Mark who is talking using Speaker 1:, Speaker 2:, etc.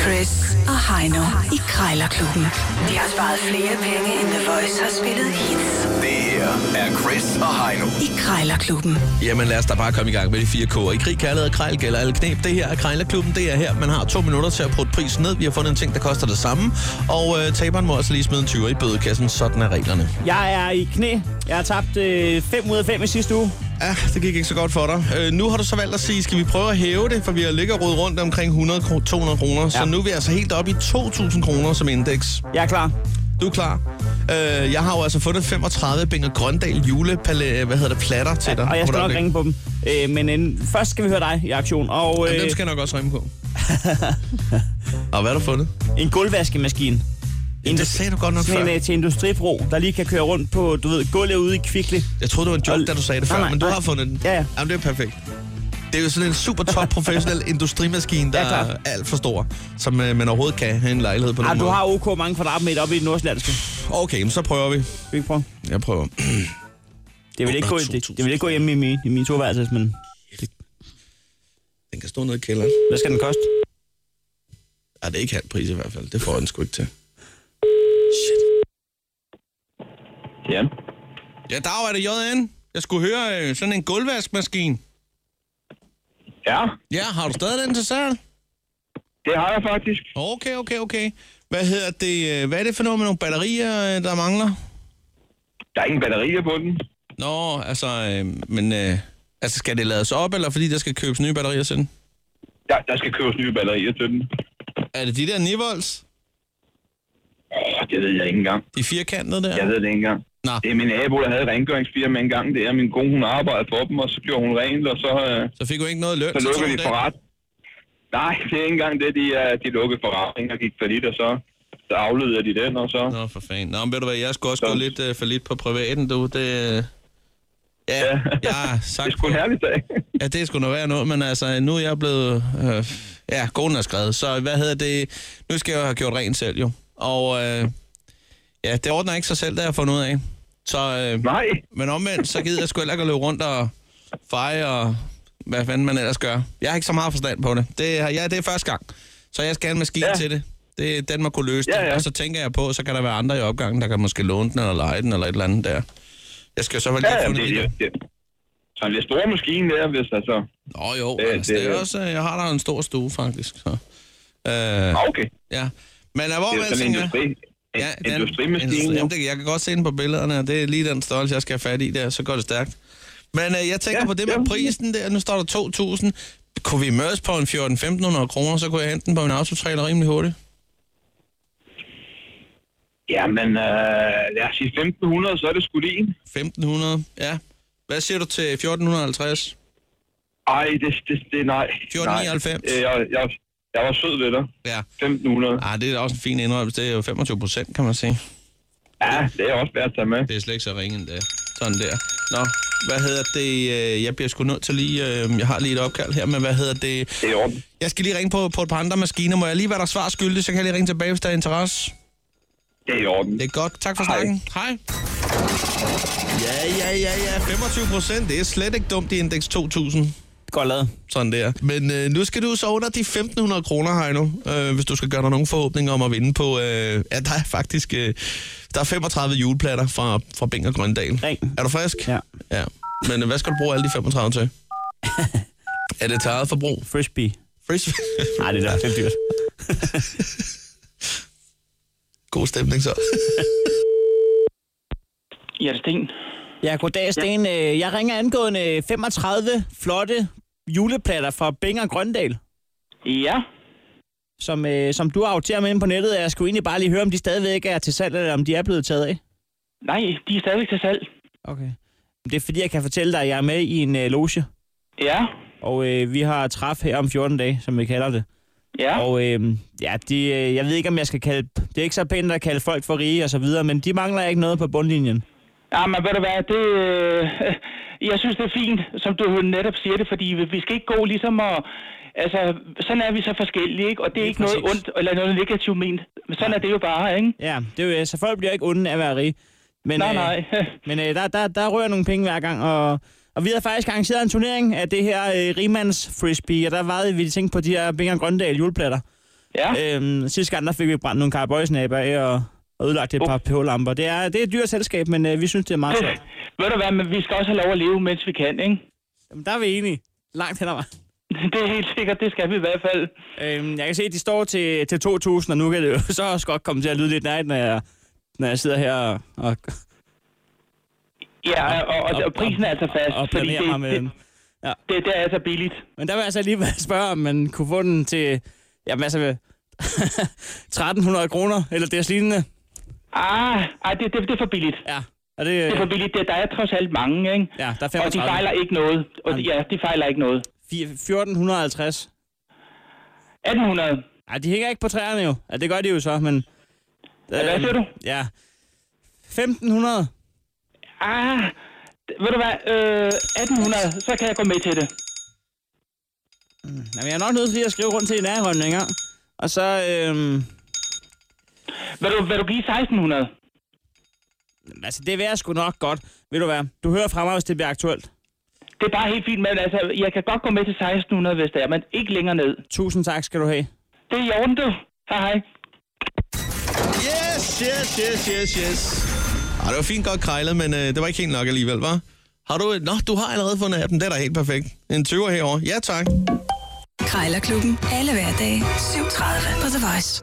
Speaker 1: Chris og Heino i Krejlerklubben. De har sparet flere penge, end The Voice har spillet hits
Speaker 2: Det her er Chris og Heino.
Speaker 1: i Krejlerklubben.
Speaker 3: Jamen lad os da bare komme i gang med de fire kår. I krig, kærlighed og krejl gælder alle knep. Det her er Krejlerklubben. Det er her, man har to minutter til at putte prisen ned. Vi har fundet en ting, der koster det samme. Og øh, taberen må altså lige smide en 20 i bødekassen. Sådan er reglerne.
Speaker 4: Jeg er i knæ. Jeg har tabt øh, 5 ud af 5 i sidste uge.
Speaker 3: Ja, det gik ikke så godt for dig. Øh, nu har du så valgt at sige, skal vi prøve at hæve det? For vi har ligget og rodet rundt omkring 100 kro- 200 kroner. Ja. Så
Speaker 4: Ja.
Speaker 3: nu er vi altså helt oppe i 2.000 kroner som indeks.
Speaker 4: Jeg er klar.
Speaker 3: Du er klar. Øh, jeg har jo altså fundet 35 Binger Grøndal julepalæ... Hvad hedder det? Platter til dig.
Speaker 4: Og jeg
Speaker 3: Må
Speaker 4: skal
Speaker 3: du
Speaker 4: nok
Speaker 3: ikke-
Speaker 4: ringe på dem. Øh, men en, først skal vi høre dig i aktion. Og
Speaker 3: Jamen,
Speaker 4: øh,
Speaker 3: dem skal jeg nok også ringe på. og hvad har du fundet?
Speaker 4: en gulvvaskemaskine.
Speaker 3: Jamen, det sagde du godt nok
Speaker 4: Sådan
Speaker 3: før.
Speaker 4: en øh, til industribro, der lige kan køre rundt på, du ved, gulvet ude i Kvickly.
Speaker 3: Jeg troede, det var en joke,
Speaker 4: Og-
Speaker 3: da du sagde det før,
Speaker 4: Nej, nej,
Speaker 3: men du
Speaker 4: nej.
Speaker 3: har fundet den.
Speaker 4: Ja, ja.
Speaker 3: Jamen, det er perfekt. Det er jo sådan en super top professionel industrimaskine, der
Speaker 4: Ja, klart.
Speaker 3: er alt for stor, som øh, man overhovedet kan have en lejlighed på
Speaker 4: Ej,
Speaker 3: nogen
Speaker 4: Ah, du
Speaker 3: måde.
Speaker 4: har ok mange kvadratmeter oppe i det nordsjællandske.
Speaker 3: Okay, men så prøver vi.
Speaker 4: Skal vi ikke prøve?
Speaker 3: Jeg prøver.
Speaker 4: Det vil ikke gå, i- det, det vil ikke gå hjemme i, min, i min toværelse, men
Speaker 3: Den kan stå nede i kælderen.
Speaker 4: hvad skal den koste?
Speaker 3: Ej, det er ikke halv pris i hvert fald. Det får den sgu ikke til.
Speaker 5: Ja,
Speaker 3: Ja, dag er det JN. Jeg skulle høre øh, sådan en gulvvaskemaskine.
Speaker 5: ja
Speaker 3: Ja, har du stadig den til salg?
Speaker 5: det har jeg faktisk.
Speaker 3: Okay, okay, okay. Hvad hedder det? øh, Hvad er det for noget med nogle batterier, øh, der mangler?
Speaker 5: Der er ingen batterier på den.
Speaker 3: Nå, altså, øh, men øh, altså, skal det lades op, eller fordi der skal købes nye batterier til den?
Speaker 5: Der, der skal købes nye batterier til den.
Speaker 3: Er det de der 9 volts?
Speaker 5: Åh, det ved jeg ikke engang.
Speaker 3: De firkantede der?
Speaker 5: Jeg ved det ikke engang.
Speaker 3: Nå.
Speaker 5: Det er min nabo, der havde et rengøringsfirma engang. Det er min kone, hun arbejdede for dem, og så gjorde hun rent, og så, øh,
Speaker 3: Så fik hun ikke noget løn?
Speaker 5: så
Speaker 3: til
Speaker 5: lukkede
Speaker 3: to
Speaker 5: de
Speaker 3: dage?
Speaker 5: for ret. Nej, det er ikke engang det, de, øh, de lukkede for ret. og gik for lidt, og så, så afleder de den, og så...
Speaker 3: Nå, for fanden. Nå, men ved du hvad, jeg skulle også
Speaker 5: Så-
Speaker 3: gå lidt øh, for lidt på privaten, du. Det, øh, ja,
Speaker 5: Ja.
Speaker 3: jeg har sagt...
Speaker 5: Det er sgu en herlig dag.
Speaker 3: Ja, det er sgu noget værd noget, men altså, nu er jeg blevet... Øh, ja, konen er skrevet, så hvad hedder det? Nu skal jeg jo have gjort rent selv, jo. Og øh, ja, det ordner ikke sig selv, det har jeg fundet ud af. Så, øh,
Speaker 5: Nej,
Speaker 3: men omvendt, så gider jeg sgu heller ikke at løbe rundt og feje og hvad fanden man ellers gør. Jeg har ikke så meget forstand på det. det er, ja, det er første gang, så jeg skal have en maskine ja.
Speaker 5: Ja.
Speaker 3: til det. det. Den må kunne løse
Speaker 5: Ja,
Speaker 3: det.
Speaker 5: ja.
Speaker 3: Og så tænker jeg på, så kan der være andre i opgangen, der kan måske låne den eller lege den eller et eller andet der. Jeg skal så vel lige
Speaker 5: ja,
Speaker 3: have
Speaker 5: jamen,
Speaker 3: fundet
Speaker 5: det,
Speaker 3: ud af-
Speaker 5: det, det. Så en lidt stor maskine der, hvis altså...
Speaker 3: Nå jo, det,
Speaker 5: Det-
Speaker 3: altså, det,
Speaker 5: det-
Speaker 3: er også, jeg har da en stor stue faktisk. Så. Øh,
Speaker 5: Ah, Okay,
Speaker 3: ja. Men er hvor
Speaker 5: det er jo sådan en industri, en, ja, industrimaskine.
Speaker 3: Jamen, det, jeg kan godt se den på billederne, og det er lige den størrelse, jeg skal have fat i der, så går det stærkt. Men øh, jeg tænker ja,
Speaker 5: Ja,
Speaker 3: på det med
Speaker 5: ja.
Speaker 3: prisen der, nu står der 2.000. Kunne vi mødes på en 14-1500 kroner, så kunne jeg hente den på min autotrailer rimelig hurtigt.
Speaker 5: Jamen, øh, lad os sige 1500, så er det sgu din.
Speaker 3: 1.500, ja. Hvad siger du til 1.450?
Speaker 5: Ej, det, det, det nej.
Speaker 3: 1499.
Speaker 5: Nej. Øh, Jeg, jeg, jeg var sød ved dig.
Speaker 3: Ja.
Speaker 5: 1500.
Speaker 3: Ah, det er da også en fin indrømmelse. Det er jo 25 procent, kan man sige.
Speaker 5: Ja, det er også værd at tage med.
Speaker 3: Det er slet ikke så ringe endda. Sådan der. Nå, hvad hedder det? øh, Jeg bliver sgu nødt til lige... øh, Jeg har lige et opkald her, men hvad hedder det?
Speaker 5: Det er i orden.
Speaker 3: Jeg skal lige ringe på, på et par andre maskiner. Må jeg lige være der svar skyldig, så kan jeg lige ringe tilbage, hvis der er interesse?
Speaker 5: Det er i orden.
Speaker 3: Det er godt. Tak for
Speaker 5: Hej.
Speaker 3: snakken. Hej. Ja, ja, ja, ja. 25 procent, det er slet ikke dumt i indeks 2000.
Speaker 4: Godt lavet.
Speaker 3: Sådan der. Men øh, nu skal du så under de 1.500 kroner, Heino, øh, hvis du skal gøre dig nogle forhåbninger om at vinde på... Øh, ja, der er faktisk... Øh, der er 35 juleplatter fra, fra Bing og Grøndal.
Speaker 4: Ring.
Speaker 3: Er du frisk?
Speaker 4: Ja.
Speaker 3: ja. Men øh, hvad skal du bruge alle de 35 til? er det til eget forbrug?
Speaker 4: Frisbee.
Speaker 3: Frisbee?
Speaker 4: Nej, det er da lidt dyrt.
Speaker 3: God stemning så.
Speaker 6: Ja, det er Sten.
Speaker 4: Ja, goddag, Sten. Øh, Jeg ringer angående 35 flotte juleplatter fra Binger Grøndal,
Speaker 6: Ja,
Speaker 4: som, øh, som du har afteret med inde på nettet. Jeg skulle egentlig bare lige høre, om de stadigvæk er til salg, eller om de er blevet taget af.
Speaker 6: nej, de er stadigvæk til salg.
Speaker 4: Okay. Det er fordi, jeg kan fortælle dig, at jeg er med i en øh, loge,
Speaker 6: Ja,
Speaker 4: og øh, vi har træf her om 14 dage, som vi kalder det.
Speaker 6: ja,
Speaker 4: Og øh, ja, de, øh, jeg ved ikke, om jeg skal kalde... Det er ikke så pænt at kalde folk for rige og så videre, men de mangler ikke noget på bundlinjen.
Speaker 6: ja Ah, men ved du hvad, det, øh, jeg synes, det er fint, som du netop siger det, fordi vi vi skal ikke gå ligesom og... Altså, sådan er vi så forskellige, ikke? Og det er
Speaker 4: Lige
Speaker 6: ikke noget
Speaker 4: præcis.
Speaker 6: ondt eller noget negativt ment. Men sådan er det jo bare, ikke?
Speaker 4: Ja, det er jo, øh, så folk bliver ikke onde af at være rige. Men,
Speaker 6: Nej,
Speaker 4: øh,
Speaker 6: nej.
Speaker 4: Men øh, der, der, der rører nogle penge hver gang, og, og vi havde faktisk arrangeret en turnering af det her øh, Riemanns Frisbee, og der vejede vi tænkte på de her Binger Grøndal juleplatter.
Speaker 6: Ja.
Speaker 4: Øhm, sidste gang der fik vi brændt nogle karabøjsnaber af og, og ødelagt et par pH-lamper. Det er, det er et dyrt selskab, men øh, vi synes, det er meget sjovt.
Speaker 6: Ved du hvad, men vi skal også have lov at leve, mens vi kan, ikke?
Speaker 4: Jamen, der er vi enige. Langt hen ad vejen.
Speaker 6: Det er helt sikkert, det skal vi i hvert fald.
Speaker 4: Øhm, jeg kan se, at de står til, til 2.000, og nu kan det jo så også godt komme til at lyde lidt nært, når jeg, når jeg sidder her og, og,
Speaker 6: Ja, og, og, og prisen er altså fast,
Speaker 4: og
Speaker 6: fordi
Speaker 4: planerer øh- mig
Speaker 6: det,
Speaker 4: med den.
Speaker 6: det, det, det er altså billigt.
Speaker 4: Men der vil jeg så alligevel spørge, om man kunne få den til, jamen altså, 1.300 kroner, eller det lignende.
Speaker 6: Ah, ej, det, det, det er for billigt.
Speaker 4: Ja, er det,
Speaker 6: Det er for
Speaker 4: øh,
Speaker 6: billigt. Det, der er trods alt mange, ikke?
Speaker 4: ja, der er
Speaker 6: Og de
Speaker 4: 35.
Speaker 6: fejler ikke noget. Og de, ja, de fejler ikke noget.
Speaker 4: Fi- 1450.
Speaker 6: 1800.
Speaker 4: Nej, de hænger ikke på træerne jo. Ja, det gør de jo så, men... Øhm.
Speaker 6: Hvad siger du?
Speaker 4: Ja. 1500.
Speaker 6: Ah, d- ved du hvad? Øh, 1800, så kan jeg gå med til det.
Speaker 4: Jamen, jeg er nok nødt til lige at skrive rundt til i nærhånden en gang. Og så, øhm,
Speaker 6: Vil du, vil du give 1600?
Speaker 4: altså det vil jeg sgu nok godt. Ved du hvad, du hører fra mig, hvis det bliver aktuelt.
Speaker 6: Det er bare helt fint, men altså, jeg kan godt gå med til 1600, hvis det er, men ikke længere ned.
Speaker 4: Tusind tak skal du have.
Speaker 6: Det er i orden, du. Hej, hej.
Speaker 3: Yes, yes, yes, yes, yes. Ej, det var fint godt krejlet, men øh, det var ikke helt nok alligevel, var? Har du... et- Nå, du har allerede fundet appen. Det er da helt perfekt. En 20'er herovre. Ja, tak.
Speaker 1: Krejlerklubben. Alle hverdage. 7.30 på The Voice.